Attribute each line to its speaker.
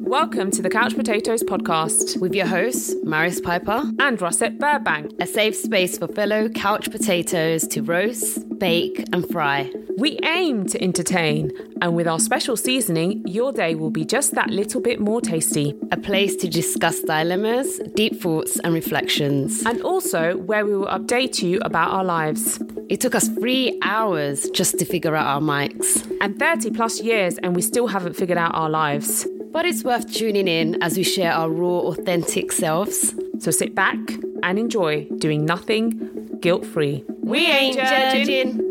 Speaker 1: Welcome to the Couch Potatoes podcast
Speaker 2: with your hosts, Maris Piper,
Speaker 1: and Rosette Burbank.
Speaker 2: a safe space for fellow couch potatoes to roast, bake, and fry.
Speaker 1: We aim to entertain, and with our special seasoning, your day will be just that little bit more tasty.
Speaker 2: A place to discuss dilemmas, deep thoughts, and reflections.
Speaker 1: And also where we will update you about our lives.
Speaker 2: It took us three hours just to figure out our mics,
Speaker 1: And 30 plus years, and we still haven't figured out our lives.
Speaker 2: but it's worth tuning in as we share our raw, authentic selves.
Speaker 1: So sit back and enjoy doing nothing guilt free. We
Speaker 2: Ain't judging.